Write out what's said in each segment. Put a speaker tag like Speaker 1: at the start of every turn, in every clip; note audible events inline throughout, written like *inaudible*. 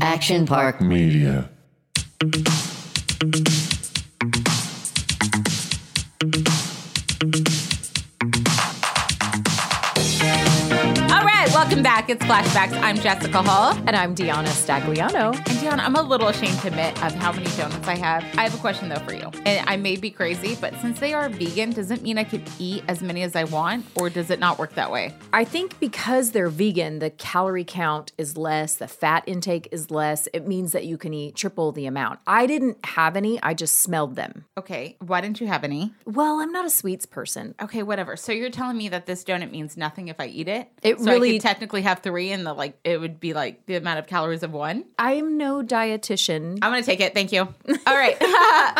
Speaker 1: Action Park
Speaker 2: Media.
Speaker 3: All right, welcome back. It's Flashbacks. I'm Jessica Hall.
Speaker 4: And I'm Deanna Stagliano.
Speaker 3: And Dion, I'm a little ashamed to admit of how many donuts I have. I have a question though for you. And I may be crazy, but since they are vegan, does it mean I can eat as many as I want, or does it not work that way?
Speaker 4: I think because they're vegan, the calorie count is less, the fat intake is less. It means that you can eat triple the amount. I didn't have any, I just smelled them.
Speaker 3: Okay, why didn't you have any?
Speaker 4: Well, I'm not a sweets person.
Speaker 3: Okay, whatever. So you're telling me that this donut means nothing if I eat it?
Speaker 4: It
Speaker 3: so I
Speaker 4: really-
Speaker 3: could technically have three, and the like, it would be like the amount of calories of one.
Speaker 4: I'm no dietitian.
Speaker 3: I'm gonna take it. *laughs* Thank you. All right,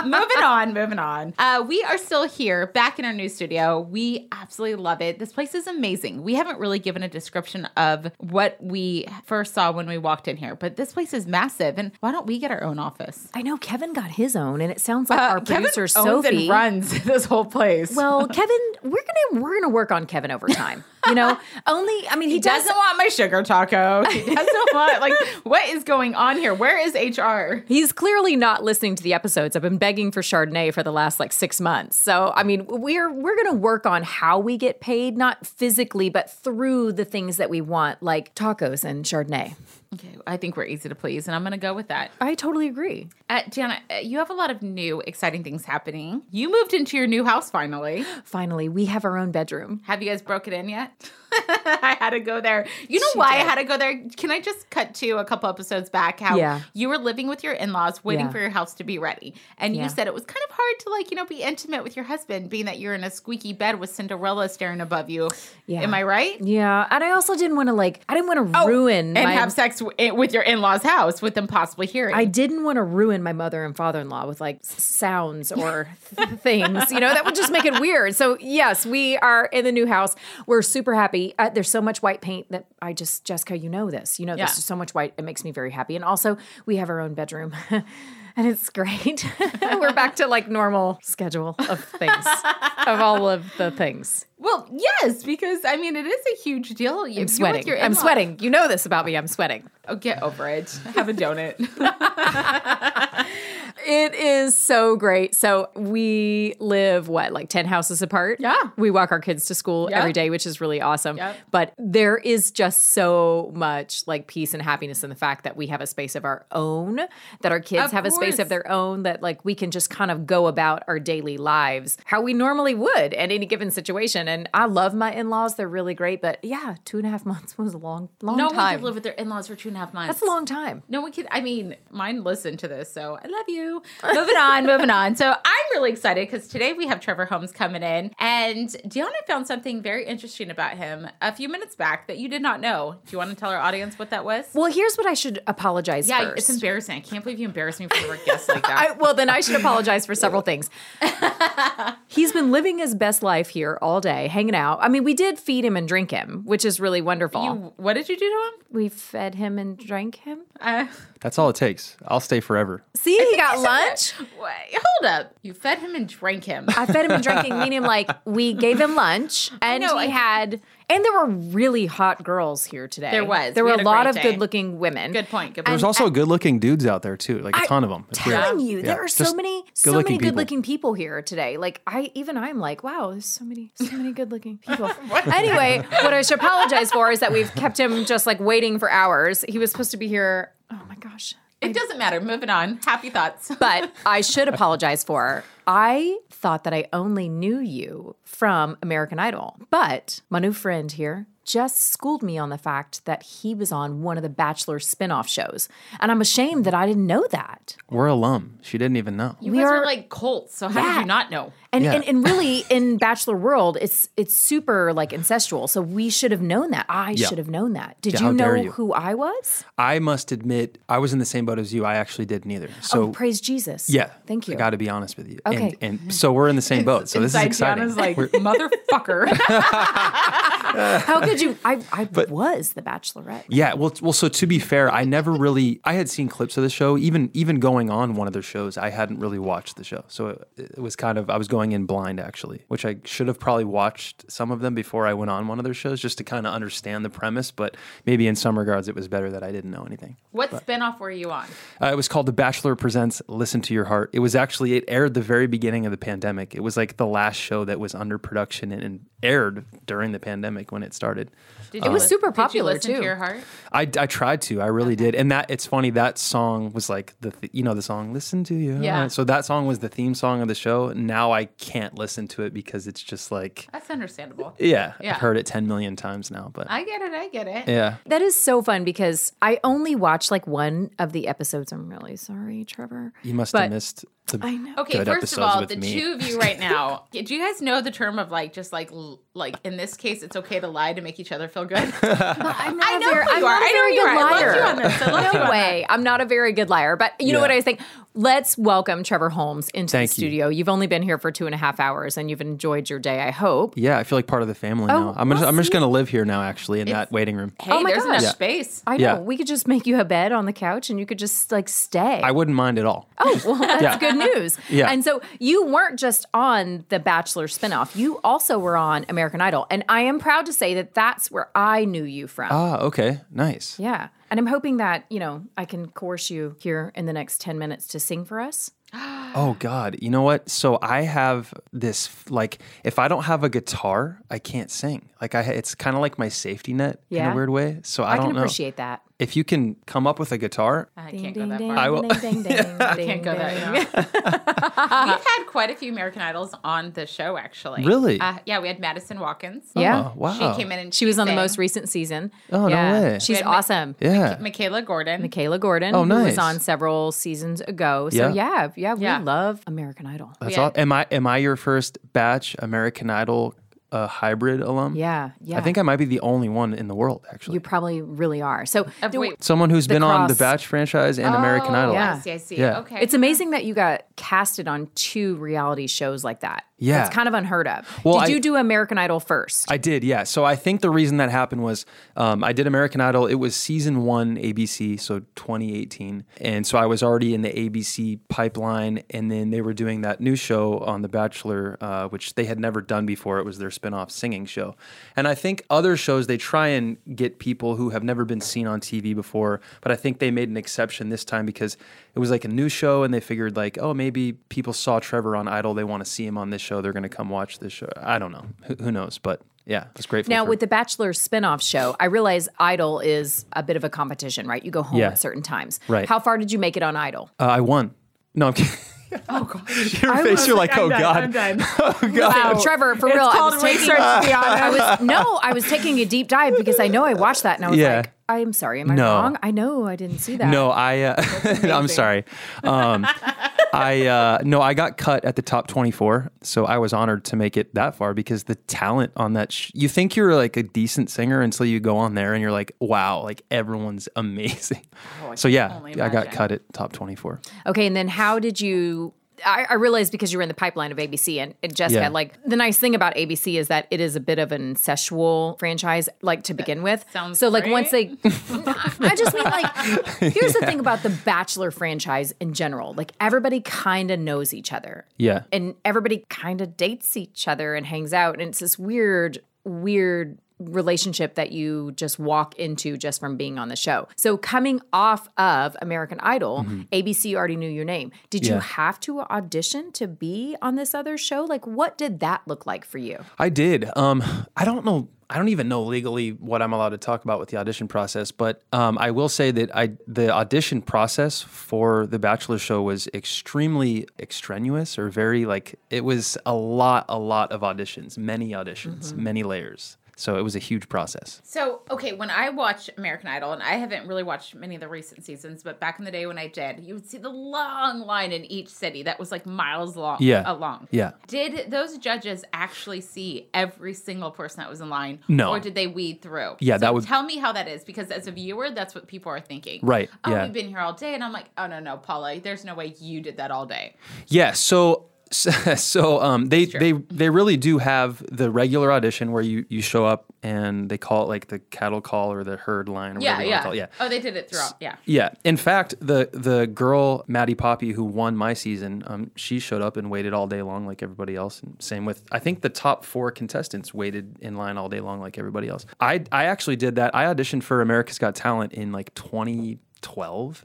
Speaker 3: moving on. Moving on. Uh, we are still here, back in our new studio. We absolutely love it. This place is amazing. We haven't really given a description of what we first saw when we walked in here, but this place is massive. And why don't we get our own office?
Speaker 4: I know Kevin got his own, and it sounds like our
Speaker 3: Uh, Kevin
Speaker 4: producer
Speaker 3: owns and
Speaker 4: Sophie.
Speaker 3: runs *laughs* this whole place.
Speaker 4: Well, Kevin, we're gonna we're gonna work on Kevin over time.
Speaker 3: *laughs*
Speaker 4: You know, only I mean he,
Speaker 3: he doesn't want my sugar taco. He
Speaker 4: *laughs*
Speaker 3: doesn't want like what is going on here? Where is HR?
Speaker 4: He's clearly not listening to the episodes. I've been begging for Chardonnay for the last like 6 months. So, I mean, we're we're going to work on how we get paid, not physically, but through the things that we want, like tacos and Chardonnay.
Speaker 3: Okay, I think we're easy to please, and I'm gonna go with that.
Speaker 4: I totally agree.
Speaker 3: Uh, Jana, uh, you have a lot of new, exciting things happening. You moved into your new house finally.
Speaker 4: Finally, we have our own bedroom.
Speaker 3: Have you guys broken in yet? *laughs* I had to go there. You know why I had to go there? Can I just cut to a couple episodes back how
Speaker 4: Yeah.
Speaker 3: you were living with your in laws, waiting
Speaker 4: Yeah.
Speaker 3: for your house to be ready, and
Speaker 4: Yeah.
Speaker 3: you said it was kind of hard to like you know be intimate with your husband, being that you're in a squeaky bed with Cinderella staring above you.
Speaker 4: Yeah.
Speaker 3: Am I right?
Speaker 4: Yeah, and I also didn't want to like I didn't want to ruin
Speaker 3: Oh, and
Speaker 4: my
Speaker 3: have sex w- eh, with your in laws' house with them possibly hearing.
Speaker 4: I didn't want to ruin my mother and father in law with like s-
Speaker 3: *laughs*
Speaker 4: sounds or th- things, you know, that would just make it weird. So, yes, we are in the new house. We're super happy. Uh, there's so much white paint that I just, Jessica, you know this. You know,
Speaker 3: Yeah.
Speaker 4: there's so much white. It makes me very happy. And also, we have our own bedroom. *laughs* And it's great. *laughs* We're back to like normal schedule of things, of all of the things.
Speaker 3: well, yes, because I mean it is a huge deal. You- you're
Speaker 4: I'm
Speaker 3: with
Speaker 4: sweating.
Speaker 3: your
Speaker 4: I'm
Speaker 3: in-laws.
Speaker 4: sweating. You know this about me. I'm sweating.
Speaker 3: Oh, get over it. *laughs* Have a donut.
Speaker 4: *laughs* It is so great. So we live what, like 10 houses apart?
Speaker 3: Yeah.
Speaker 4: We walk our kids to school
Speaker 3: Yeah.
Speaker 4: every day, which is really awesome.
Speaker 3: Yep.
Speaker 4: But there is just so much like peace and happiness in the fact that we have a space of our own, that our kids
Speaker 3: Of
Speaker 4: have a space
Speaker 3: course.
Speaker 4: of their own, that like we can just kind of go about our daily lives how we normally would at any given situation. And I love my in-laws. They're really great. But yeah, two and a half months was a long, long
Speaker 3: no one
Speaker 4: time.
Speaker 3: could live with their in-laws for two and a half months.
Speaker 4: That's a long time.
Speaker 3: No one could. I mean, mine listened to this, so I love
Speaker 4: *laughs*
Speaker 3: you. Moving on, moving on. So I'm really excited because today we have Trevor Holmes coming in, and Deanna found something very interesting about him a few minutes back that you did not know. Do you want to tell our audience what that was?
Speaker 4: Well, here's what I should apologize
Speaker 3: yeah,
Speaker 4: first.
Speaker 3: it's embarrassing. I can't believe you embarrassed me for a guest
Speaker 4: *laughs*
Speaker 3: like that.
Speaker 4: I, well, then I should apologize for several
Speaker 3: *laughs*
Speaker 4: things. He's been living his best life here all day, hanging out. I mean, we did feed him and drink him, which is really wonderful.
Speaker 3: You- what did you do to
Speaker 4: we fed him and drank him.
Speaker 3: him? Uh,
Speaker 5: That's all it takes. I'll stay forever.
Speaker 4: See,
Speaker 3: *laughs*
Speaker 4: he got lunch.
Speaker 3: wait, hold up. You fed him and drank him.
Speaker 4: I fed him and drinking, meaning like we gave him lunch and
Speaker 3: know,
Speaker 4: he
Speaker 3: I-
Speaker 4: had. And there were really hot girls here today.
Speaker 3: There was.
Speaker 4: There
Speaker 3: We
Speaker 4: were
Speaker 3: had
Speaker 4: a
Speaker 3: a
Speaker 4: lot of
Speaker 3: great day.
Speaker 4: good-looking women.
Speaker 3: Good point. Good
Speaker 5: There's
Speaker 3: point.
Speaker 5: also good-looking dudes out there too, like a ton of them. It's weird.
Speaker 4: telling you,
Speaker 5: Yeah,
Speaker 4: there are so
Speaker 5: just
Speaker 4: many, so
Speaker 5: good-looking
Speaker 4: many
Speaker 5: people.
Speaker 4: good-looking people here today. Like I, even I'm like, wow, there's so many, so
Speaker 5: *laughs*
Speaker 4: many good-looking people. anyway, what I should apologize for is that we've kept him just like waiting for hours. He was supposed to be here. Oh my gosh.
Speaker 3: It doesn't matter. Moving on. Happy thoughts. *laughs*
Speaker 4: But I should apologize for. I thought that I only knew you from American Idol, but my new friend here just schooled me on the fact that he was on one of the Bachelor spinoff shows, and I'm ashamed that I didn't know that.
Speaker 5: We're alum. She didn't even know.
Speaker 3: You
Speaker 4: We
Speaker 3: guys are,
Speaker 4: are-
Speaker 3: like cults, so how did
Speaker 4: Yeah.
Speaker 3: you not know?
Speaker 4: And,
Speaker 5: Yeah.
Speaker 4: and and really in Bachelor World, it's it's super like incestual. So we should have known that. I
Speaker 5: Yeah.
Speaker 4: should have known that. Did
Speaker 5: Yeah,
Speaker 4: you
Speaker 5: how
Speaker 4: know
Speaker 5: dare you.
Speaker 4: who I was?
Speaker 5: I must admit, I was in the same boat as you. I actually didn't either. So
Speaker 4: Oh, Uh, Praise Jesus.
Speaker 5: yeah,
Speaker 4: Thank you.
Speaker 5: I got to be honest with you.
Speaker 4: Okay. *laughs*
Speaker 5: And, and so we're in the same boat. So this is
Speaker 3: Inside
Speaker 5: exciting.
Speaker 3: Deanna's like,
Speaker 5: We're-
Speaker 3: motherfucker.
Speaker 4: How could you? I, I
Speaker 5: *laughs*
Speaker 4: was the Bachelorette.
Speaker 5: Yeah, well, t- well. So to be fair, I never really. I had seen clips of the show, even even going on one of their shows. I hadn't really watched the show, so it, it was kind of I was going in blind actually, which I should have probably watched some of them before I went on one of their shows just to kind of understand the premise. But maybe in some regards, it was better that I didn't know anything.
Speaker 3: *laughs* What spinoff were you on?
Speaker 5: Uh, it was called The Bachelor Presents Listen to Your Heart. It was actually, it aired the very beginning of the pandemic. It was like the last show that was under production and, and aired during the pandemic when it started.
Speaker 3: Did
Speaker 4: It was
Speaker 3: li-
Speaker 4: super
Speaker 3: Uh, did
Speaker 4: popular,
Speaker 3: you listen
Speaker 4: too.
Speaker 3: To your heart.
Speaker 5: I, I tried to, I really did. And that, it's funny, that song was like the, th- you know, the song Listen to Your
Speaker 3: Yeah.
Speaker 5: Heart. So that song was the theme song of the show. Now I can't listen to it because it's just like,
Speaker 3: That's understandable.
Speaker 5: yeah,
Speaker 3: Yeah.
Speaker 5: I've heard it 10 million times now, but
Speaker 3: I get it. I get it.
Speaker 5: yeah.
Speaker 4: That is so fun because I only watched like one of the episodes. I'm really sorry, Trevor.
Speaker 5: You must
Speaker 4: But
Speaker 5: have missed the
Speaker 4: I know.
Speaker 3: Okay,
Speaker 5: good
Speaker 3: first of
Speaker 5: episodes
Speaker 3: all,
Speaker 5: with
Speaker 3: the
Speaker 5: me.
Speaker 3: two of you right now, *laughs* do you guys know the term of like just like l- like in this case, it's okay to lie to make each other feel good?
Speaker 4: I'm
Speaker 3: I
Speaker 4: not
Speaker 3: know
Speaker 4: a very,
Speaker 3: who
Speaker 4: I'm
Speaker 3: you are.
Speaker 4: not a
Speaker 3: I know
Speaker 4: very
Speaker 3: you
Speaker 4: good
Speaker 3: are. I
Speaker 4: liar.
Speaker 3: love you on this. I love you on
Speaker 4: *laughs* no
Speaker 3: that.
Speaker 4: way. I'm not a very good liar. But you know
Speaker 5: Yeah.
Speaker 4: what I was saying? Let's welcome Trevor Holmes into
Speaker 5: Thank
Speaker 4: the
Speaker 5: you.
Speaker 4: studio. You've only been here for two and a half hours and you've enjoyed your day, I hope.
Speaker 5: Yeah, I feel like part of the family now. I'm, just,
Speaker 4: well,
Speaker 5: I'm just going to live here now, actually, in that waiting room.
Speaker 3: Hey,
Speaker 4: *laughs* Oh my
Speaker 3: there's enough
Speaker 4: gosh. Oh,
Speaker 3: space.
Speaker 4: I know.
Speaker 5: Yeah.
Speaker 4: We could just make you a bed on the couch and you could just like stay.
Speaker 5: I wouldn't mind at all.
Speaker 4: *laughs* Oh, well, that's
Speaker 5: Yeah.
Speaker 4: good news.
Speaker 5: Yeah.
Speaker 4: And so you weren't just on the Bachelor spinoff, you also were on American Idol. And I am proud to say that that's where I knew you from.
Speaker 5: Ah, okay. Nice.
Speaker 4: yeah. And I'm hoping that, you know, I can coerce you here in the next 10 minutes to sing for us.
Speaker 5: Oh God. You know what? So I have this like if I don't have a guitar, I can't sing. Like I it's kind of like my safety net in
Speaker 4: Yeah.
Speaker 5: a weird way. So I,
Speaker 4: I,
Speaker 5: don't
Speaker 4: can
Speaker 5: know.
Speaker 4: appreciate Uh, that.
Speaker 5: if you can come up with a guitar,
Speaker 3: I
Speaker 4: Ding,
Speaker 3: can't
Speaker 4: ding,
Speaker 3: go that
Speaker 4: ding,
Speaker 3: far.
Speaker 5: I will-
Speaker 4: ding, ding,
Speaker 5: *laughs*
Speaker 4: ding, ding,
Speaker 3: can't go
Speaker 4: ding.
Speaker 3: that far. We've had quite a few American Idols on the show, actually.
Speaker 5: Really?
Speaker 3: Uh, yeah, we had Madison Watkins.
Speaker 4: Yeah.
Speaker 5: oh, wow.
Speaker 3: She came in and
Speaker 4: She was on the
Speaker 3: sang.
Speaker 4: most recent season.
Speaker 5: Oh, no
Speaker 4: yeah.
Speaker 5: way.
Speaker 4: She's
Speaker 3: Good ma-
Speaker 4: awesome.
Speaker 5: Yeah.
Speaker 3: Michaela Gordon.
Speaker 4: Michaela Gordon,
Speaker 5: Oh,
Speaker 4: who was
Speaker 5: nice.
Speaker 4: on several seasons ago. So
Speaker 5: Yeah. Uh,
Speaker 4: yeah, yeah, we
Speaker 3: Yeah.
Speaker 4: love American Idol.
Speaker 5: That's
Speaker 3: Yeah.
Speaker 5: all. Am I am I your first batch American Idol uh, hybrid alum?
Speaker 4: Yeah, yeah.
Speaker 5: I think I might be the only one in the world actually.
Speaker 4: you probably really are. So
Speaker 3: Uh,
Speaker 4: do-
Speaker 3: wait.
Speaker 5: Someone who's been on the
Speaker 4: cross-
Speaker 5: Batch franchise and American
Speaker 3: Oh,
Speaker 5: Idol.
Speaker 3: I see. I see.
Speaker 5: Yeah.
Speaker 3: Okay.
Speaker 4: it's amazing that you got casted on two reality shows like that.
Speaker 5: Yeah.
Speaker 4: It's kind of unheard of.
Speaker 5: Well,
Speaker 4: Did
Speaker 5: I-
Speaker 4: you do American Idol first?
Speaker 5: I did, yeah. So I think the reason that happened was um, I did American Idol. It was season one ABC, so 2018. And so I was already in the ABC pipeline. And then they were doing that new show on The Bachelor, uh, which they had never done before. It was their spinoff singing show. And I think other shows, they try and get people who have never been seen on TV before. But I think they made an exception this time because it was like a new show and they figured, like, oh, maybe people saw Trevor on Idol. They want to see him on this show. They're going to come watch this show. I don't know. Who, who knows? But. Yeah, it's grateful.
Speaker 4: Now,
Speaker 5: for-
Speaker 4: with the Bachelor spinoff show, I realize Idol is a bit of a competition, right? You go home
Speaker 5: Yeah.
Speaker 4: at certain times.
Speaker 5: Right.
Speaker 4: How far did you make it on Idol?
Speaker 5: uh, I won. No, I'm *laughs* kidding. Oh *laughs* gosh, your face. You're like, oh god.
Speaker 4: Wow. *laughs* Trevor, for real, I was taking, *laughs* I was no, I was taking a deep dive because I know I watched that and I was
Speaker 5: Yeah.
Speaker 4: like, I'm sorry, am I
Speaker 5: No.
Speaker 4: wrong? I know I didn't see that.
Speaker 5: No, I. Uh, *laughs* I'm sorry. Um, I uh, no, I got cut at the top 24, so I was honored to make it that far because the talent on that. Sh- you think you're like a decent singer until you go on there and you're like, wow, like everyone's *laughs* amazing. so yeah,
Speaker 3: only
Speaker 5: I got
Speaker 3: imagine.
Speaker 5: cut at top 24.
Speaker 4: Okay, and then how did you? I, I realized because you were in the pipeline of ABC and, and Jessica,
Speaker 5: Yeah.
Speaker 4: like the nice thing about ABC is that it is a bit of an incestual franchise, like to begin with.
Speaker 3: sounds
Speaker 4: so, like
Speaker 3: great.
Speaker 4: once they, I just mean like, here's the thing about the Bachelor franchise in general, like everybody kind of knows each other,
Speaker 5: Yeah.
Speaker 4: and everybody kind of dates each other and hangs out, and it's this weird, weird relationship that you just walk into just from being on the show. So coming off of American Idol, ABC already knew your name. Did you
Speaker 5: Mm-hmm. Yeah.
Speaker 4: have to audition to be on this other show? Like what did that look like for you?
Speaker 5: I did. Um, I don't know. I don't even know legally what I'm allowed to talk about with the audition process, but um, I will say that I the audition process for the Bachelor show was extremely extraneous or very like it was a lot, a lot of auditions, many auditions,
Speaker 3: Mm-hmm.
Speaker 5: many layers. So it was a huge process.
Speaker 3: So, okay, when I watch American Idol, and I haven't really watched many of the recent seasons, but back in the day when I did, you would see the long line in each city that was like miles long.
Speaker 5: Yeah.
Speaker 3: uh, long.
Speaker 5: Yeah.
Speaker 3: Did those judges actually see every single person that was in line?
Speaker 5: No.
Speaker 3: Or did they weed through?
Speaker 5: Yeah,
Speaker 3: So
Speaker 5: that would-
Speaker 3: Tell me how that is, because as a viewer, that's what people are thinking.
Speaker 5: Right,
Speaker 3: Oh,
Speaker 5: yeah.
Speaker 3: we've been here all day. And I'm like, oh, no, no, Paula, there's no way you did that all day.
Speaker 5: Yeah. So so, *laughs* so, um, they they they really do have the regular audition where you you show up and they call it like the cattle call or the herd line or
Speaker 3: Yeah,
Speaker 5: whatever you want to
Speaker 3: yeah.
Speaker 5: call it. Yeah.
Speaker 3: Oh, they did it throughout. Yeah.
Speaker 5: Yeah. In fact, the the girl Maddie Poppy who won my season, um, she showed up and waited all day long like everybody else. And same with I think the top four contestants waited in line all day long like everybody else. I I actually did that. I auditioned for America's Got Talent in like 2012,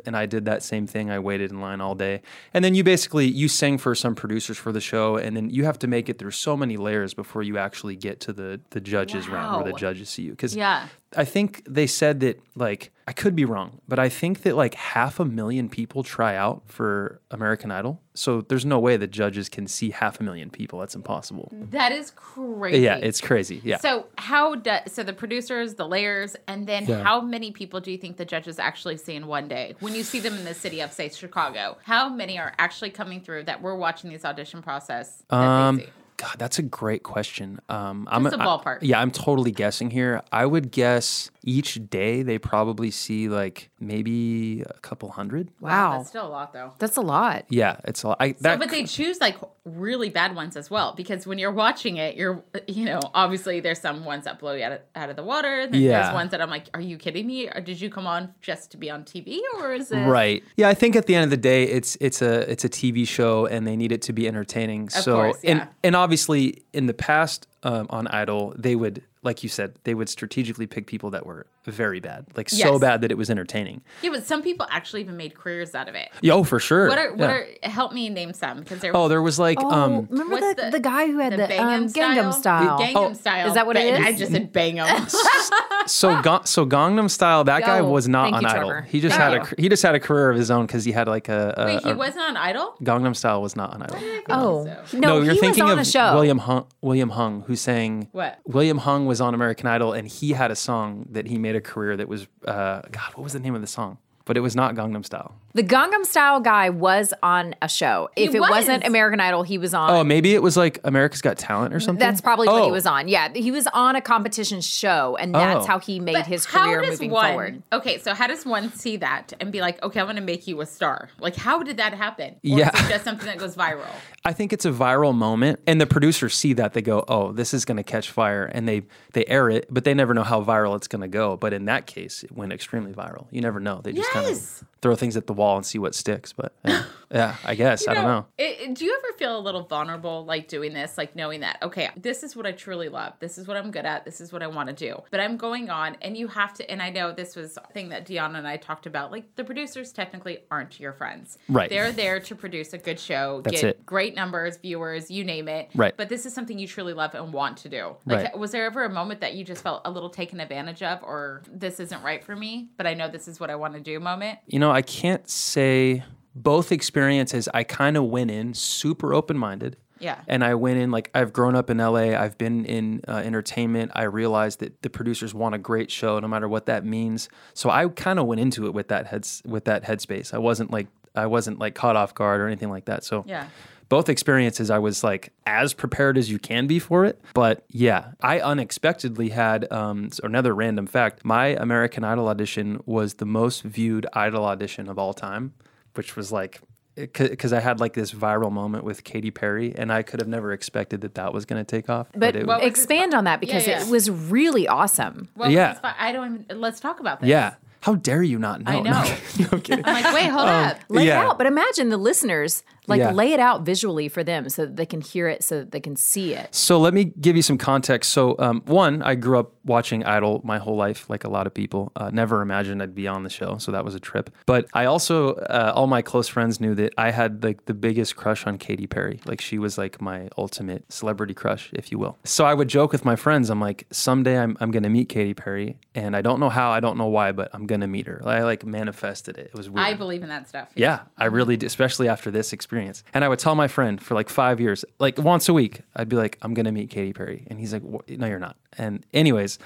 Speaker 5: and I did that same thing. I waited in line all day, and then you basically you sang for some producers for the show, and then you have to make it through so many layers before you actually get to the the judges round where
Speaker 3: Wow.
Speaker 5: the judges see you. Because
Speaker 3: Yeah.
Speaker 5: I think they said that like I could be wrong, but I think that like half a million people try out for American Idol. So there's no way the judges can see half a million people. That's impossible.
Speaker 3: That is crazy.
Speaker 5: Yeah, it's crazy. Yeah.
Speaker 3: Mm-hmm. So how does so the producers, the layers, and then
Speaker 5: Yeah.
Speaker 3: how many people do you think the judges actually see in one day? When you see them in the city of say Chicago, how many are actually coming through that we're watching this audition process? That
Speaker 5: um
Speaker 3: they see?
Speaker 5: God, that's a great question. Um I'm
Speaker 3: Just a
Speaker 5: I-
Speaker 3: ballpark.
Speaker 5: yeah, I'm totally guessing here. I would guess each day they probably see like maybe a couple hundred.
Speaker 4: Wow.
Speaker 3: that's still a lot though.
Speaker 4: That's a lot.
Speaker 5: Yeah, it's a lot. I,
Speaker 3: So,
Speaker 5: that
Speaker 3: but they choose like really bad ones as well because when you're watching it, you're you know obviously there's some ones that blow you out of, out of the water. And then
Speaker 5: Yeah.
Speaker 3: There's ones that I'm like, are you kidding me? Or did you come on just to be on TV or is it
Speaker 5: Right. Yeah, I think at the end of the day, it's it's a it's a TV show, and they need it to be entertaining. so,
Speaker 3: course, yeah.
Speaker 5: and and obviously, in the past um, on Idol, they would, like you said, they would strategically pick people that were very bad, like so
Speaker 3: Yes.
Speaker 5: bad that it was entertaining.
Speaker 3: Yeah, but some people actually even made careers out of it.
Speaker 5: Yeah, oh, for sure.
Speaker 3: What are what
Speaker 5: Yeah.
Speaker 3: are help me name some because there
Speaker 5: Oh,
Speaker 3: was
Speaker 5: there was like
Speaker 4: Oh,
Speaker 5: um,
Speaker 4: remember
Speaker 3: what's
Speaker 4: the,
Speaker 3: the-
Speaker 4: the, guy who had the, um, Gangnam Style?
Speaker 3: Gangnam
Speaker 5: Oh.
Speaker 3: Style.
Speaker 4: is that what it
Speaker 3: Bang-
Speaker 4: is?
Speaker 3: I just
Speaker 5: *laughs*
Speaker 3: said Bangum. *laughs*
Speaker 5: so Ga- so Gangnam Style. That guy
Speaker 4: Yo,
Speaker 5: was not
Speaker 4: thank
Speaker 5: on
Speaker 4: you,
Speaker 5: Idol.
Speaker 4: Trevor.
Speaker 5: He just
Speaker 4: Thank
Speaker 5: had a
Speaker 4: you.
Speaker 5: cr- he just had a career of his own because he had like a, a,
Speaker 3: Wait, he
Speaker 5: a-
Speaker 3: wasn't on Idol?
Speaker 5: Gangnam Style was not on Idol.
Speaker 4: oh
Speaker 3: So-
Speaker 4: no, he was on a show.
Speaker 5: William Hung, William Hung, who sang.
Speaker 3: What?
Speaker 5: William Hung was on American Idol, and he had a song that he made a career that was, uh, God, what was the name of the song? But it was not Gangnam Style.
Speaker 4: The Gangnam Style guy was on a show. if it
Speaker 3: was.
Speaker 4: was. not American Idol, he was on.
Speaker 5: Oh, maybe it was like America's Got Talent or something.
Speaker 4: That's probably what he
Speaker 5: Oh.
Speaker 4: was on. Yeah, he was on a competition show, and that's
Speaker 5: Oh.
Speaker 4: how he made his
Speaker 3: How
Speaker 4: career
Speaker 3: does
Speaker 4: moving
Speaker 3: one,
Speaker 4: forward.
Speaker 3: Okay, so how does one see that and be like, okay, I'm going to make you a star? Like, how did that happen? Or
Speaker 5: Yeah.
Speaker 3: is it just something that goes viral?
Speaker 5: I think it's a viral moment, and the producers see that they go, "Oh, this is going to catch fire," and they they air it, but they never know how viral it's going to go. But in that case, it went extremely viral. You never know. They just kind
Speaker 3: Yes.
Speaker 5: of throw things at the wall and see what sticks. But yeah, *laughs* yeah I guess I don't know.
Speaker 3: It, it- do you ever feel a little vulnerable, like doing this, like knowing that, okay, this is what I truly love. This is what I'm good at. This is what I want to do. But I'm going on, and you have to. And I know this was a thing that Deanna and I talked about. Like the producers technically aren't your friends.
Speaker 5: Right.
Speaker 3: They're there to produce a good show,
Speaker 5: That's
Speaker 3: get
Speaker 5: it.
Speaker 3: great numbers, viewers, you name it.
Speaker 5: Right.
Speaker 3: But this is something you truly love and want to do. Like,
Speaker 5: Right.
Speaker 3: was there ever a moment that you just felt a little taken advantage of, or this isn't right for me, but I know this is what I want to do moment?
Speaker 5: You know, I can't say both experiences. I kind of went in super open minded.
Speaker 3: Yeah.
Speaker 5: And I went in like I've grown up in LA. I've been in uh, entertainment. I realized that the producers want a great show, no matter what that means. So I kind of went into it with that heads with that headspace. I wasn't like I wasn't like caught off guard or anything like that. So
Speaker 3: Yeah.
Speaker 5: both experiences i was like as prepared as you can be for it but yeah i unexpectedly had um, s- another random fact my american idol audition was the most viewed idol audition of all time which was like because I had like this viral moment with Katy Perry, and I could have never expected that that was going to take off.
Speaker 4: But
Speaker 5: it,
Speaker 3: was his
Speaker 4: expand on that because
Speaker 3: Yeah, yeah.
Speaker 4: it was really awesome.
Speaker 3: Well,
Speaker 5: Yeah.
Speaker 3: I don't even. Let's talk about this.
Speaker 5: yeah, how dare you not know?
Speaker 3: I
Speaker 5: *laughs* No,
Speaker 3: know.
Speaker 5: I'm kidding.
Speaker 3: I'm like, wait, hold up.
Speaker 4: lay
Speaker 5: Um, Yeah.
Speaker 4: it out. But imagine the listeners like
Speaker 5: Yeah.
Speaker 4: lay it out visually for them so that they can hear it, so that they can see it.
Speaker 5: So let me give you some context. So um, one, I grew up watching Idol my whole life, like a lot of people. Uh, never imagined I'd be on the show, so that was a trip. But I also, uh, all my close friends knew that I had like the biggest crush on Katy Perry. Like she was like my ultimate celebrity crush, if you will. So I would joke with my friends, I'm like, someday I'm, I'm gonna meet Katy Perry, and I don't know how, I don't know why, but I'm gonna meet her. I like manifested it. It was weird.
Speaker 3: I believe in that stuff.
Speaker 5: Yeah, I really did, especially after this experience. And I would tell my friend for like five years, like once a week, I'd be like, I'm going to meet Katy Perry. And he's like, "Wha- No, you're not. And, anyways,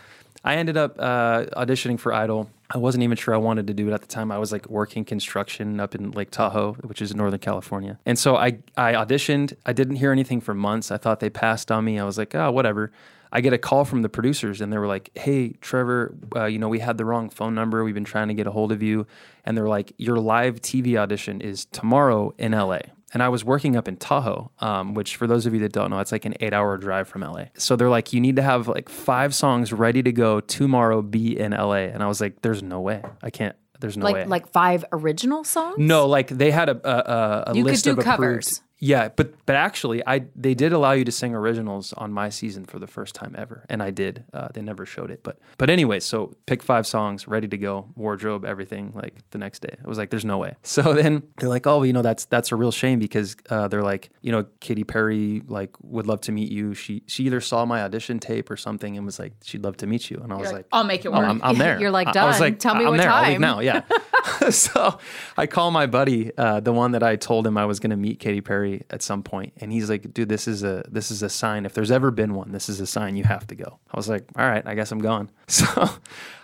Speaker 5: I ended up uh, auditioning for Idol. I wasn't even sure I wanted to do it at the time. I was like working construction up in Lake Tahoe, which is in Northern California. And so I, I auditioned. I didn't hear anything for months. I thought they passed on me. I was like, oh, whatever. I get a call from the producers and they were like, "Hey, Trevor, uh, you know we had the wrong phone number. We've been trying to get a hold of you." And they're like, "Your live TV audition is tomorrow in LA." and I was working up in Tahoe, um, which for those of you that don't know, it's like an eight-hour drive from LA. So they're like, you need to have like five songs ready to go tomorrow. Be in LA, and I was like, there's no way, I can't. There's no
Speaker 4: like
Speaker 5: way.
Speaker 4: like five original songs.
Speaker 5: No, like they had a a, a, a
Speaker 4: You could
Speaker 5: list
Speaker 4: do
Speaker 5: of
Speaker 4: covers.
Speaker 5: approved. Yeah, but but actually, I they did allow you to sing originals on my season for the first time ever, and I did. Uh, they never showed it, but but anyway, so pick five songs, ready to go, wardrobe, everything. Like the next day, I was like, "There's no way." *laughs* So then they're like, "Oh, you know, that's that's a real shame because uh, they're like, you know, Katy Perry like would love to meet you. She she either saw my audition tape or something and was like, she'd love to meet you, and I was like,
Speaker 3: I'll make it
Speaker 5: Oh,
Speaker 3: work.
Speaker 5: I'm, I'm
Speaker 4: *laughs*
Speaker 5: there.
Speaker 4: You're like,
Speaker 5: I- I was
Speaker 4: done. Tell me
Speaker 5: I'm
Speaker 4: what
Speaker 5: there. I'll
Speaker 4: time.
Speaker 5: leave now.
Speaker 4: *laughs*
Speaker 5: Yeah. *laughs* so I call my buddy, uh, the one that I told him I was going to meet Katy Perry at some point, and he's like, "Dude, this is a this is a sign. If there's ever been one, this is a sign. You have to go." I was like, "All right, I guess I'm going." *laughs* So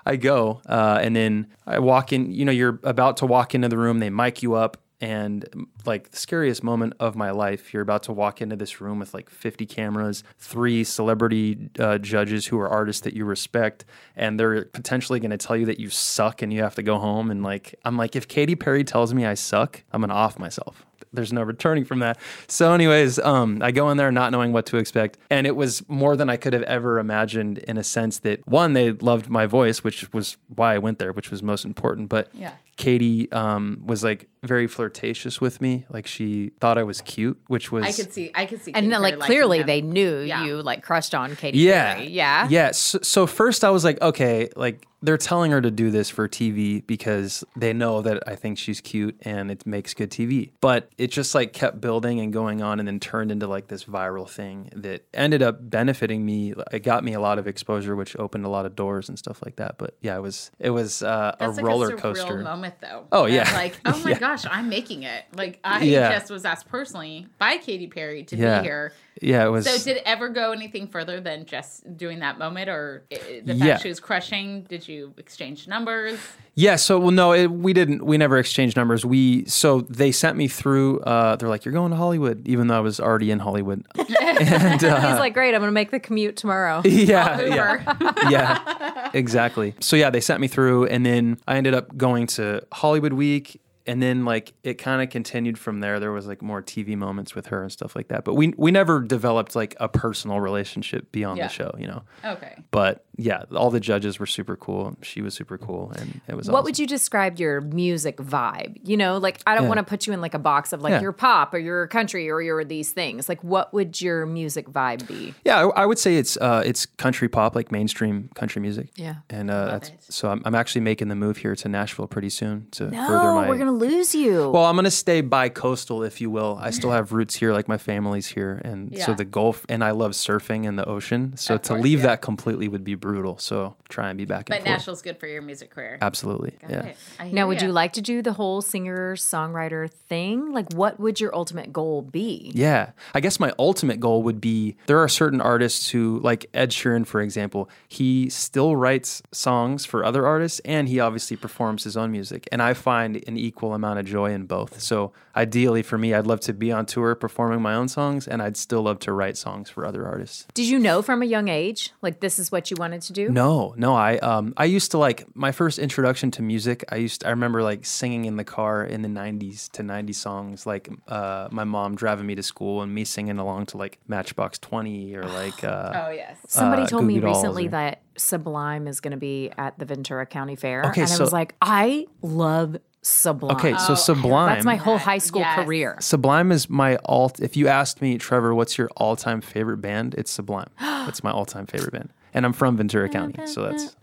Speaker 5: I go, uh, and then I walk in. You know, you're about to walk into the room. They mic you up. And mm, like the scariest moment of my life, you're about to walk into this room with like 50 cameras, three celebrity uh, judges who are artists that you respect, and they're potentially going to tell you that you suck and you have to go home. And like, I'm like, if Katy Perry tells me I suck, I'm going to off myself. There's no returning from that. So, anyways, um, I go in there not knowing what to expect. And it was more than I could have ever imagined in a sense that one, they loved my voice, which was why I went there, which was most important. But
Speaker 3: Yeah.
Speaker 5: Katie um, was like very flirtatious with me. Like she thought I was cute, which was
Speaker 3: I could see. I could see.
Speaker 4: And
Speaker 3: Katy
Speaker 4: then,
Speaker 3: Perry
Speaker 4: like
Speaker 3: liking
Speaker 4: clearly
Speaker 3: him.
Speaker 4: they knew
Speaker 3: Yeah.
Speaker 4: you like crushed on Katy
Speaker 5: yeah,
Speaker 4: Perry. Yeah.
Speaker 5: yeah. So, so first I was like, okay, like they're telling her to do this for TV because they know that I think she's cute and it makes good TV. But it just like kept building and going on, and then turned into like this viral thing that ended up benefiting me. It got me a lot of exposure, which opened a lot of doors and stuff like that. But yeah, it was it was uh, a
Speaker 3: That's like
Speaker 5: roller
Speaker 3: surreal
Speaker 5: coaster.
Speaker 3: moment though.
Speaker 5: Oh,
Speaker 3: Of
Speaker 5: yeah.
Speaker 3: like
Speaker 5: *laughs*
Speaker 3: oh my
Speaker 5: Yeah.
Speaker 3: gosh, I'm making it. Like I
Speaker 5: Yeah.
Speaker 3: just was asked personally by Katy Perry to
Speaker 5: Yeah.
Speaker 3: be here.
Speaker 5: Yeah, it was.
Speaker 3: So did it ever go anything further than just doing that moment, or i- i- the fact
Speaker 5: Yeah.
Speaker 3: she was crushing? Did you exchange numbers?
Speaker 5: Yeah. So, well, no, it, we didn't. We never exchanged numbers. We so they sent me through. Uh, they're like, "You're going to Hollywood," even though I was already in Hollywood. and uh,
Speaker 4: He's like, great. I'm gonna make the commute tomorrow.
Speaker 5: *laughs* yeah, yeah,
Speaker 3: Uber.
Speaker 5: yeah, exactly. So yeah, they sent me through, and then I ended up going to Hollywood Week. And then like it kind of continued from there. There was like more TV moments with her and stuff like that. But we we never developed like a personal relationship beyond
Speaker 3: Yeah.
Speaker 5: the show, you know.
Speaker 3: Okay.
Speaker 5: But yeah, all the judges were super cool. She was super cool, and it was.
Speaker 4: What
Speaker 5: awesome.
Speaker 4: would you describe your music vibe? You know, like I don't want to put you in like a box of like
Speaker 5: Yeah.
Speaker 4: your pop or your country or your these things. Like, what would your music vibe be?
Speaker 5: Yeah, I, I would say it's uh, it's country pop, like mainstream country music.
Speaker 4: Yeah.
Speaker 5: and uh, that's, so I'm, I'm actually making the move here to Nashville pretty soon to further
Speaker 4: Oh,
Speaker 5: my.
Speaker 4: we're gonna lose you.
Speaker 5: well, I'm gonna stay bi-coastal, if you will. I still have roots here, like my family's here, and so
Speaker 3: Yeah.
Speaker 5: the Gulf, and I love surfing and the ocean. So to leave that completely would be brutal. So try and be back and
Speaker 3: But
Speaker 5: forth.
Speaker 3: Nashville's good for your music career.
Speaker 5: Uh, Absolutely, yeah.
Speaker 3: Okay, I hear
Speaker 4: now, would
Speaker 3: ya.
Speaker 4: you like to do the whole singer songwriter thing? Like, what would your ultimate goal be?
Speaker 5: Yeah. I guess my ultimate goal would be there are certain artists who, like Ed Sheeran, for example, he still writes songs for other artists and he obviously performs his own music. And I find an equal amount of joy in both. So ideally for me, I'd love to be on tour performing my own songs and I'd still love to write songs for other artists.
Speaker 4: Did you know from a young age, like this is what you wanted to do?
Speaker 5: No, uh, no, I um I used to like my first introduction to music. I used I remember like singing in the car in the 90s to 90 songs like uh my mom driving me to school and me singing along to like Matchbox 20
Speaker 4: *sighs*
Speaker 5: or like uh
Speaker 3: Oh yes.
Speaker 4: Somebody
Speaker 5: uh,
Speaker 4: told me
Speaker 5: Goo Goo Dolls
Speaker 4: recently
Speaker 5: or-
Speaker 4: that Sublime is going to be at the Ventura County Fair,
Speaker 5: Okay,
Speaker 4: and I
Speaker 5: so-
Speaker 4: was like, I love Sublime.
Speaker 5: Okay, so Sublime
Speaker 4: Oh, that's my whole high school
Speaker 3: Yes.
Speaker 4: career.
Speaker 5: Sublime is my alt if you asked me Trevor what's your all-time favorite band? It's
Speaker 4: *gasps*
Speaker 5: Sublime. That's my all-time favorite band. And I'm from Ventura County, so that's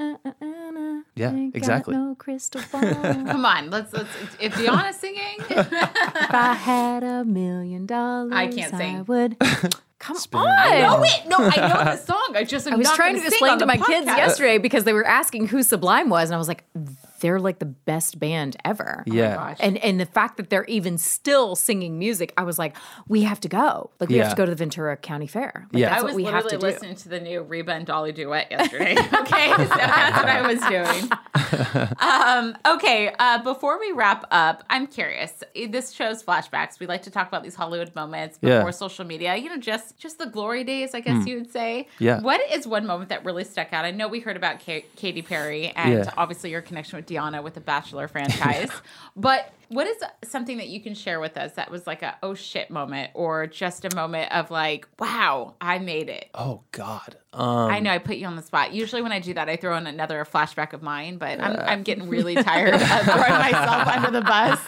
Speaker 5: Yeah, exactly.
Speaker 4: No crystal ball. *laughs* if
Speaker 3: Come on, let's let's. If Deanna's
Speaker 5: *laughs*
Speaker 3: singing,
Speaker 4: I had a million dollars,
Speaker 3: I can't sing.
Speaker 4: would.
Speaker 5: *laughs*
Speaker 4: Come
Speaker 3: no,
Speaker 4: on.
Speaker 3: wait, no, I know the song. I just am
Speaker 4: I was
Speaker 3: not
Speaker 4: trying
Speaker 3: gonna
Speaker 4: to
Speaker 3: sing
Speaker 4: explain
Speaker 3: on
Speaker 4: to
Speaker 3: the
Speaker 4: my kids
Speaker 3: podcast.
Speaker 4: yesterday because they were asking who Sublime was, and I was like, they're like the best band ever.
Speaker 5: yeah.
Speaker 3: gosh.
Speaker 4: And and the fact that they're even still singing music, I was like, we have to go. Like we have
Speaker 5: Yeah.
Speaker 4: to go to the Ventura County Fair. Like,
Speaker 5: Yeah.
Speaker 4: that's
Speaker 3: I was
Speaker 4: what we have
Speaker 3: literally
Speaker 4: to do.
Speaker 3: listening to the new Reba and Dolly duet yesterday. *laughs* okay, so that's what I was doing.
Speaker 4: *laughs*
Speaker 3: Um, okay, uh, before we wrap up, I'm curious. This show's flashbacks. We like to talk about these Hollywood moments before
Speaker 5: Yeah.
Speaker 3: social media. You know, just just the glory days, I
Speaker 4: Hmm.
Speaker 3: guess you would say.
Speaker 5: Yeah.
Speaker 3: What is one moment that really stuck out? I know we heard about Ka- Katy Perry and
Speaker 5: Yeah. *laughs*
Speaker 3: obviously your connection with Deanna with the Bachelor franchise, but What is something that you can share with us that was like a oh shit moment or just a moment of like, wow, I made it?
Speaker 5: Oh God. Um,
Speaker 3: I know I put you on the spot. Usually when I do that, I throw in another flashback of mine, but I'm, I'm getting really tired of
Speaker 5: *laughs*
Speaker 3: throwing myself under the bus.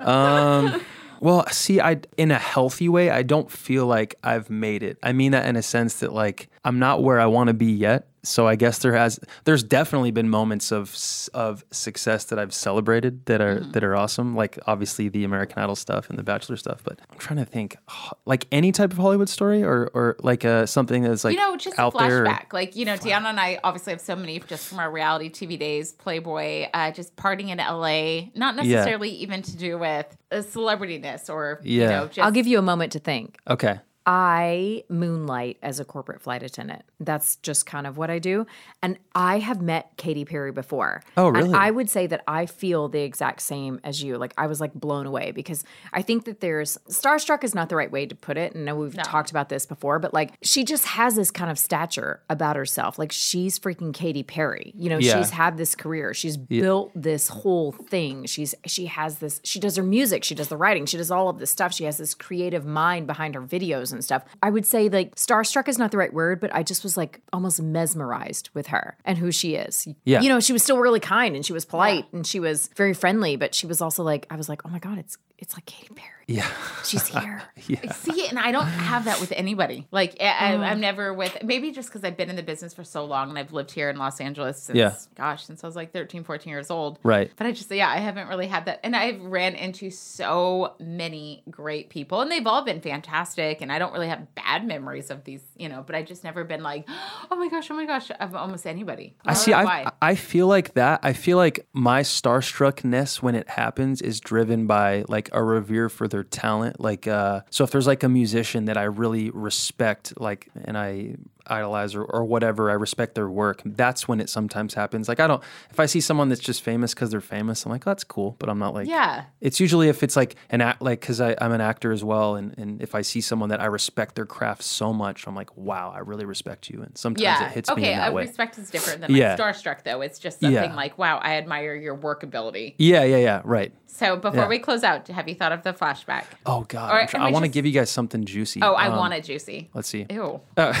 Speaker 5: um, well, see, I in a healthy way, I don't feel like I've made it. I mean that in a sense that like I'm not where I want to be yet. So I guess there has there's definitely been moments of s- of success that I've celebrated that are
Speaker 3: Mm-hmm.
Speaker 5: that are awesome. Like obviously the American Idol stuff and the Bachelor stuff, but I'm trying to think h- like any type of Hollywood story or or like uh, something that's like
Speaker 3: you know, just a
Speaker 5: out there. or-
Speaker 3: flashback. Like, you know, Deanna and I obviously have so many just from our reality TV days, Playboy, uh, just partying in LA, not necessarily even to do with uh, celebrityness or, you
Speaker 5: Yeah.
Speaker 3: know, just.
Speaker 4: I'll give you a moment to think.
Speaker 5: Okay.
Speaker 4: I moonlight as a corporate flight attendant. That's just kind of what I do. And I have met Katy Perry before.
Speaker 5: Oh,
Speaker 4: And
Speaker 5: really?
Speaker 4: I would say that I feel the exact same as you. Like I was like blown away because I think that there's starstruck is not the right way to put it. And I know we've talked about this before, but like she just has this kind of stature about herself. Like she's freaking Katy Perry. You know,
Speaker 5: Yeah.
Speaker 4: she's had this career. She's built this whole thing. She's she has this. She does her music. She does the writing. She does all of this stuff. She has this creative mind behind her videos and stuff. I would say like starstruck is not the right word, but I just was like almost mesmerized with her and who she is.
Speaker 5: Yeah.
Speaker 4: you know, she was still really kind and she was polite and she was very friendly, but she was also like I was like, oh my god, it's it's like Katy Perry.
Speaker 5: Yeah. *laughs*
Speaker 4: She's here.
Speaker 3: See, and I don't have that with anybody. Like, I,
Speaker 5: Mm.
Speaker 3: I- I'm never with, maybe just because I've been in the business for so long and I've lived here in Los Angeles since,
Speaker 5: Yeah.
Speaker 3: gosh, since I was like 13, 14 years old.
Speaker 5: Right.
Speaker 3: But I just, yeah, I haven't really had that. And I've ran into so many great people, and they've all been fantastic. And I don't really have bad memories of these, you know, but I just never been like, *gasps* oh my gosh, oh my gosh, of almost anybody.
Speaker 5: I see.
Speaker 3: don't know
Speaker 5: I, I feel like that. I feel like my starstruckness when it happens is driven by like a revere for their talent. Like, uh, so if there's like a musician that I really respect, like, and I idolize or, or whatever, I respect their work. That's when it sometimes happens. Like, I don't. If I see someone that's just famous because they're famous, I'm like, oh, that's cool. But I'm not like,
Speaker 3: Yeah.
Speaker 5: It's usually if it's like an act, like because I'm an actor as well, and and if I see someone that I respect their craft so much, I'm like, wow, I really respect you. And sometimes
Speaker 3: yeah.
Speaker 5: it hits
Speaker 3: okay,
Speaker 5: me in that
Speaker 3: uh,
Speaker 5: way.
Speaker 3: respect is different than like
Speaker 5: Yeah.
Speaker 3: starstruck, though. It's just something
Speaker 5: Yeah.
Speaker 3: like, wow, I admire your work ability.
Speaker 5: yeah, yeah, yeah. Right.
Speaker 3: So before
Speaker 5: Yeah.
Speaker 3: we close out, have you thought of the flashback?
Speaker 5: Oh God!
Speaker 3: Or
Speaker 5: I'm tr-
Speaker 3: am
Speaker 5: I
Speaker 3: I
Speaker 5: want to
Speaker 3: just-
Speaker 5: give you guys something juicy.
Speaker 3: Oh, I
Speaker 5: Um, oh.
Speaker 3: want it juicy.
Speaker 5: Let's see.
Speaker 3: Ew. *laughs*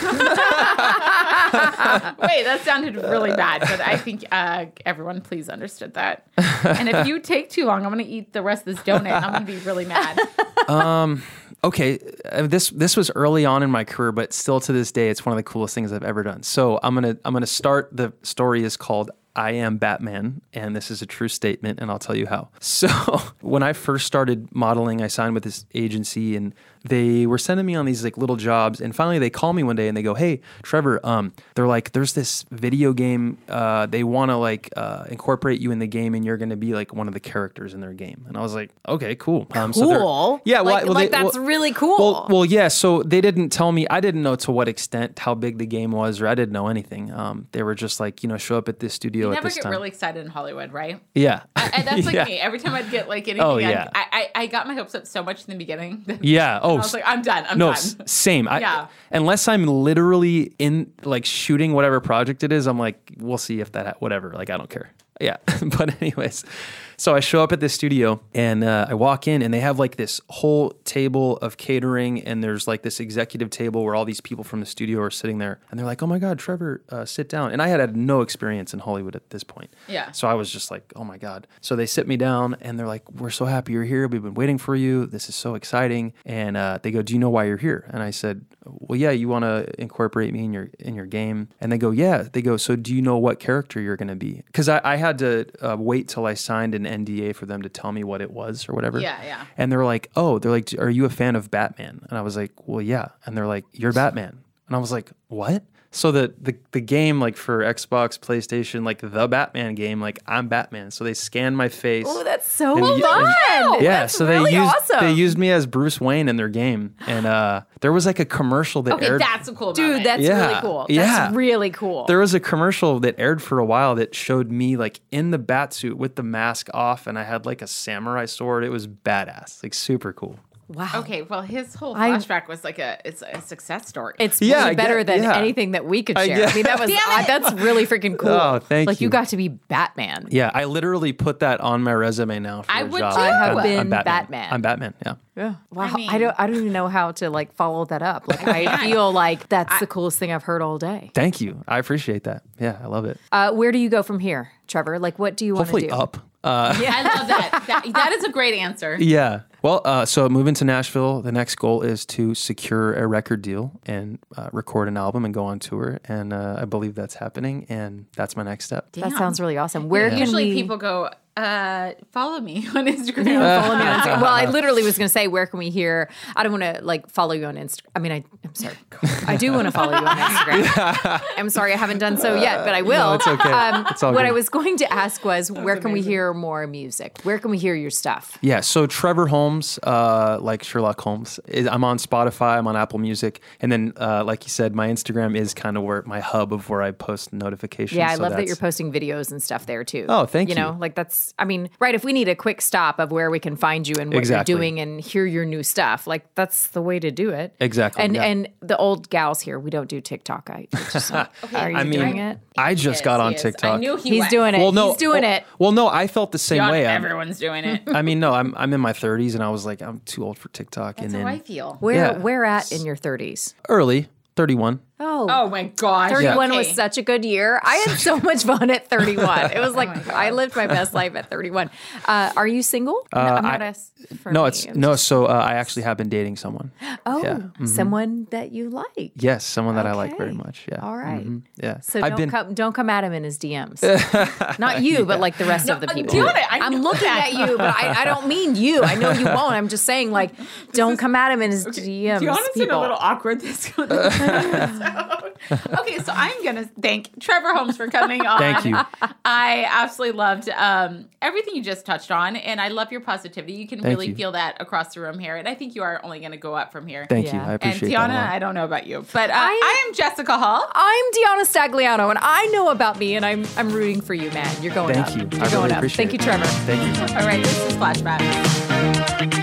Speaker 3: Wait,
Speaker 5: *laughs*
Speaker 3: that sounded really bad, but I think uh, everyone please understood that. And if
Speaker 5: *laughs*
Speaker 3: you take too long, I'm going to eat the rest of this donut. and I'm going to be really mad.
Speaker 5: Okay, uh, this this was early on in my career, but still to this day, it's one of the coolest things I've ever done. So I'm gonna I'm gonna start. The story is called "I Am Batman," and this is a true statement, and I'll tell you how. *laughs* So when I first started modeling, I signed with this agency, and they were sending me on these like little jobs, and finally they call me one day and they go, "Hey, Trevor, um, they're like, there's this video game. Uh, they want to like uh, incorporate you in the game, and you're gonna be like one of the characters in their game." And I was like, "Okay, cool." Um, so they're-
Speaker 4: Cool.
Speaker 5: yeah. Well,
Speaker 4: Like-
Speaker 5: I- well,
Speaker 4: like
Speaker 5: they-
Speaker 4: that's
Speaker 5: well-
Speaker 4: really cool.
Speaker 5: Well, well, yeah. So they didn't tell me. I didn't know to what extent how big the game was, or I didn't know anything. Um, they were just like, you know, show up at this studio
Speaker 3: You
Speaker 5: at
Speaker 3: never
Speaker 5: this
Speaker 3: get
Speaker 5: time.
Speaker 3: really excited in Hollywood,
Speaker 5: *laughs*
Speaker 3: right?
Speaker 5: yeah.
Speaker 3: And that's like
Speaker 5: yeah.
Speaker 3: me. Every time I'd get like anything,
Speaker 5: Oh,
Speaker 3: I'd-
Speaker 5: yeah.
Speaker 3: I, I, I got my hopes up so much in the beginning. *laughs* that
Speaker 5: Yeah. Oh.
Speaker 3: I was like, I'm done. I'm
Speaker 5: no,
Speaker 3: done.
Speaker 5: s- same. I,
Speaker 3: Yeah.
Speaker 5: Unless I'm literally in like shooting whatever project it is, I'm like, we'll see if that ha- whatever. Like, I don't care. *laughs* Yeah. but anyways, so I show up at this studio and uh, I walk in and they have like this whole table of catering and there's like this executive table where all these people from the studio are sitting there and they're like, oh my god, Trevor, uh, sit down. And I had had no experience in Hollywood at this point.
Speaker 3: Yeah.
Speaker 5: So I was just like, oh my God. So they sit me down and they're like, we're so happy you're here. We've been waiting for you. This is so exciting. And uh, they go, do you know why you're here? And I said, well, yeah, you want to incorporate me in your in your game. And they go, yeah. They go, so do you know what character you're going to be? Because I, I had to uh, wait till I signed an NDA for them to tell me what it was or whatever.
Speaker 3: Yeah, yeah.
Speaker 5: And they're like, oh, they're like, are you a fan of Batman? And I was like, well, yeah. And they're like, you're Batman. And I was like, what? So the, the the game like for Xbox, PlayStation, like the Batman game, like I'm Batman. So they scanned my face.
Speaker 4: oh, that's so
Speaker 5: They-
Speaker 4: fun.
Speaker 5: and- yeah,
Speaker 4: That's
Speaker 5: so
Speaker 4: really
Speaker 5: they used
Speaker 4: awesome.
Speaker 5: they used me as Bruce Wayne in their game, and uh, there was like a commercial that
Speaker 3: Okay,
Speaker 5: aired.
Speaker 3: that's a cool
Speaker 4: Dude,
Speaker 3: moment.
Speaker 4: that's really
Speaker 5: Yeah,
Speaker 4: cool.
Speaker 5: yeah.
Speaker 4: That's really cool.
Speaker 5: there was a commercial that aired for a while that showed me like in the bat suit with the mask off, and I had like a samurai sword. It was badass, like super cool.
Speaker 4: Wow.
Speaker 3: Okay, well, his whole
Speaker 4: I-
Speaker 3: flashback was like a it's a success story.
Speaker 4: It's
Speaker 5: Yeah,
Speaker 4: probably
Speaker 5: I
Speaker 4: better
Speaker 5: get-
Speaker 4: than
Speaker 5: yeah.
Speaker 4: anything that we could
Speaker 5: I
Speaker 4: share. I,
Speaker 5: get-
Speaker 4: mean, that was
Speaker 3: Damn
Speaker 4: odd.
Speaker 3: it.
Speaker 4: that's really
Speaker 5: *laughs*
Speaker 4: freaking cool.
Speaker 5: Oh, thank
Speaker 4: like you.
Speaker 5: you.
Speaker 4: got to be Batman.
Speaker 5: Yeah, I literally put that on my resume now. For
Speaker 3: I
Speaker 5: a
Speaker 3: would
Speaker 5: job.
Speaker 3: too. I have
Speaker 5: I'm- I'm
Speaker 4: been Batman.
Speaker 5: I'm Batman. Yeah.
Speaker 4: Yeah. Wow. I,
Speaker 3: I mean-
Speaker 4: don't. I don't even know how to like follow that up. Like I feel like that's the coolest thing I've heard all day.
Speaker 5: Thank you. I appreciate that. Yeah, I love it.
Speaker 4: Uh, where do you go from here, Trevor? Like, what do you want to
Speaker 5: Hopefully
Speaker 4: do?
Speaker 5: up. Uh,
Speaker 3: I love that.
Speaker 4: *laughs*
Speaker 3: that. That is a great answer.
Speaker 5: yeah. Well, uh, so moving to Nashville, the next goal is to secure a record deal and uh, record an album and go on tour. And uh, I believe that's happening. And that's my next step.
Speaker 4: That
Speaker 3: Yeah.
Speaker 4: sounds really awesome. Where can
Speaker 3: Usually
Speaker 4: we-
Speaker 3: people go, uh, follow me *laughs* on Instagram.
Speaker 4: follow me on Instagram. Well,
Speaker 5: *laughs*
Speaker 4: I literally was going to say, where can we hear? I don't want to like follow you on Instagram. I mean, I, I'm sorry. I do want to follow you on Instagram.
Speaker 5: *laughs*
Speaker 4: I'm sorry I haven't done so yet, but I will. Um,
Speaker 5: it's okay. It's all
Speaker 4: what
Speaker 5: good.
Speaker 4: I was going to ask was, where can we hear more music? Where can we hear your stuff?
Speaker 5: Yeah, so Trevor Holmes, uh, like Sherlock Holmes, is, I'm on Spotify, I'm on Apple Music, and then, uh, like you said, my Instagram is kind of where my hub of where I post notifications.
Speaker 4: Yeah, I
Speaker 5: so
Speaker 4: love that
Speaker 5: that's-
Speaker 4: you're posting videos and stuff there too.
Speaker 5: Oh, thank
Speaker 4: You know,
Speaker 5: you.
Speaker 4: like that's, I mean, right, if we need a quick stop of where we can find you and what
Speaker 5: Exactly.
Speaker 4: you're doing and hear your new stuff, like that's the way to do it.
Speaker 5: Exactly,
Speaker 4: And
Speaker 5: yeah.
Speaker 4: and the old gals here, we don't do TikTok. I, it's just
Speaker 5: *laughs*
Speaker 4: not- are you
Speaker 5: I
Speaker 4: doing
Speaker 5: mean,
Speaker 4: it?
Speaker 5: I just
Speaker 3: Yes,
Speaker 5: got on
Speaker 3: he is.
Speaker 5: TikTok.
Speaker 3: I knew he
Speaker 4: He's
Speaker 3: was.
Speaker 4: doing it.
Speaker 5: well, no,
Speaker 4: He's doing
Speaker 5: well-
Speaker 4: it.
Speaker 5: Well, no, I felt the same
Speaker 3: God,
Speaker 5: way. I'm-
Speaker 3: everyone's doing it.
Speaker 5: I mean, no, I'm I'm in my 30s, and I was like, I'm too old for TikTok, and
Speaker 3: That's
Speaker 5: then
Speaker 3: how I feel.
Speaker 4: Where
Speaker 5: Yeah.
Speaker 4: where at in your 30s?
Speaker 5: early 31.
Speaker 4: Oh,
Speaker 3: Oh my gosh.
Speaker 4: 31
Speaker 3: Okay.
Speaker 4: was such a good year. I had so much fun at 31. *laughs* It was like I lived Oh my best life at 31. Uh, are you single? no, I'm not
Speaker 5: I-
Speaker 4: asked for
Speaker 5: No,
Speaker 4: me.
Speaker 5: it's no. So uh, I actually have been dating someone.
Speaker 4: *gasps* Oh,
Speaker 5: yeah.
Speaker 4: someone that you like.
Speaker 5: Yes, someone that I like very
Speaker 4: Okay.
Speaker 5: much. Yeah.
Speaker 4: All right.
Speaker 5: Mhm. Yeah.
Speaker 4: So
Speaker 5: I've
Speaker 4: don't
Speaker 5: been.
Speaker 4: come don't come at him in his
Speaker 5: *laughs*
Speaker 4: DMs. Not you, but like the rest of the
Speaker 3: I'm
Speaker 4: people.
Speaker 3: doing it. I
Speaker 4: am
Speaker 3: Oh, know
Speaker 4: looking
Speaker 3: that. *laughs*
Speaker 4: at you, but I, I don't mean you. I know you won't. I'm just saying *laughs* like don't come at him in his
Speaker 3: Deanna's
Speaker 4: DMs.
Speaker 3: been
Speaker 4: people.
Speaker 3: a little awkward this
Speaker 4: *laughs*
Speaker 3: episode. okay, so I'm gonna thank Trevor Holmes for coming on.
Speaker 5: *laughs* Thank you.
Speaker 3: I absolutely loved um, everything you just touched on, and I love your positivity. You can
Speaker 5: Thank
Speaker 3: really
Speaker 5: you.
Speaker 3: feel that across the room here, and I think you are only gonna go up from here.
Speaker 5: Thank you.
Speaker 4: Yeah.
Speaker 5: I
Speaker 4: And
Speaker 3: and
Speaker 5: appreciate that. a
Speaker 3: Deanna,
Speaker 5: lot.
Speaker 3: I don't know about you, but uh, I,
Speaker 4: I-
Speaker 3: am Jessica Hall.
Speaker 4: I'm Deanna Stagliano, and I know about me, and I'm I'm rooting for you, man. You're going
Speaker 5: Thank
Speaker 4: up.
Speaker 5: you.
Speaker 4: You're
Speaker 5: I
Speaker 4: going
Speaker 5: really
Speaker 4: up.
Speaker 5: appreciate
Speaker 4: Thank you,
Speaker 5: it.
Speaker 4: Trevor.
Speaker 5: Thank you.
Speaker 3: All right, this is Flashback.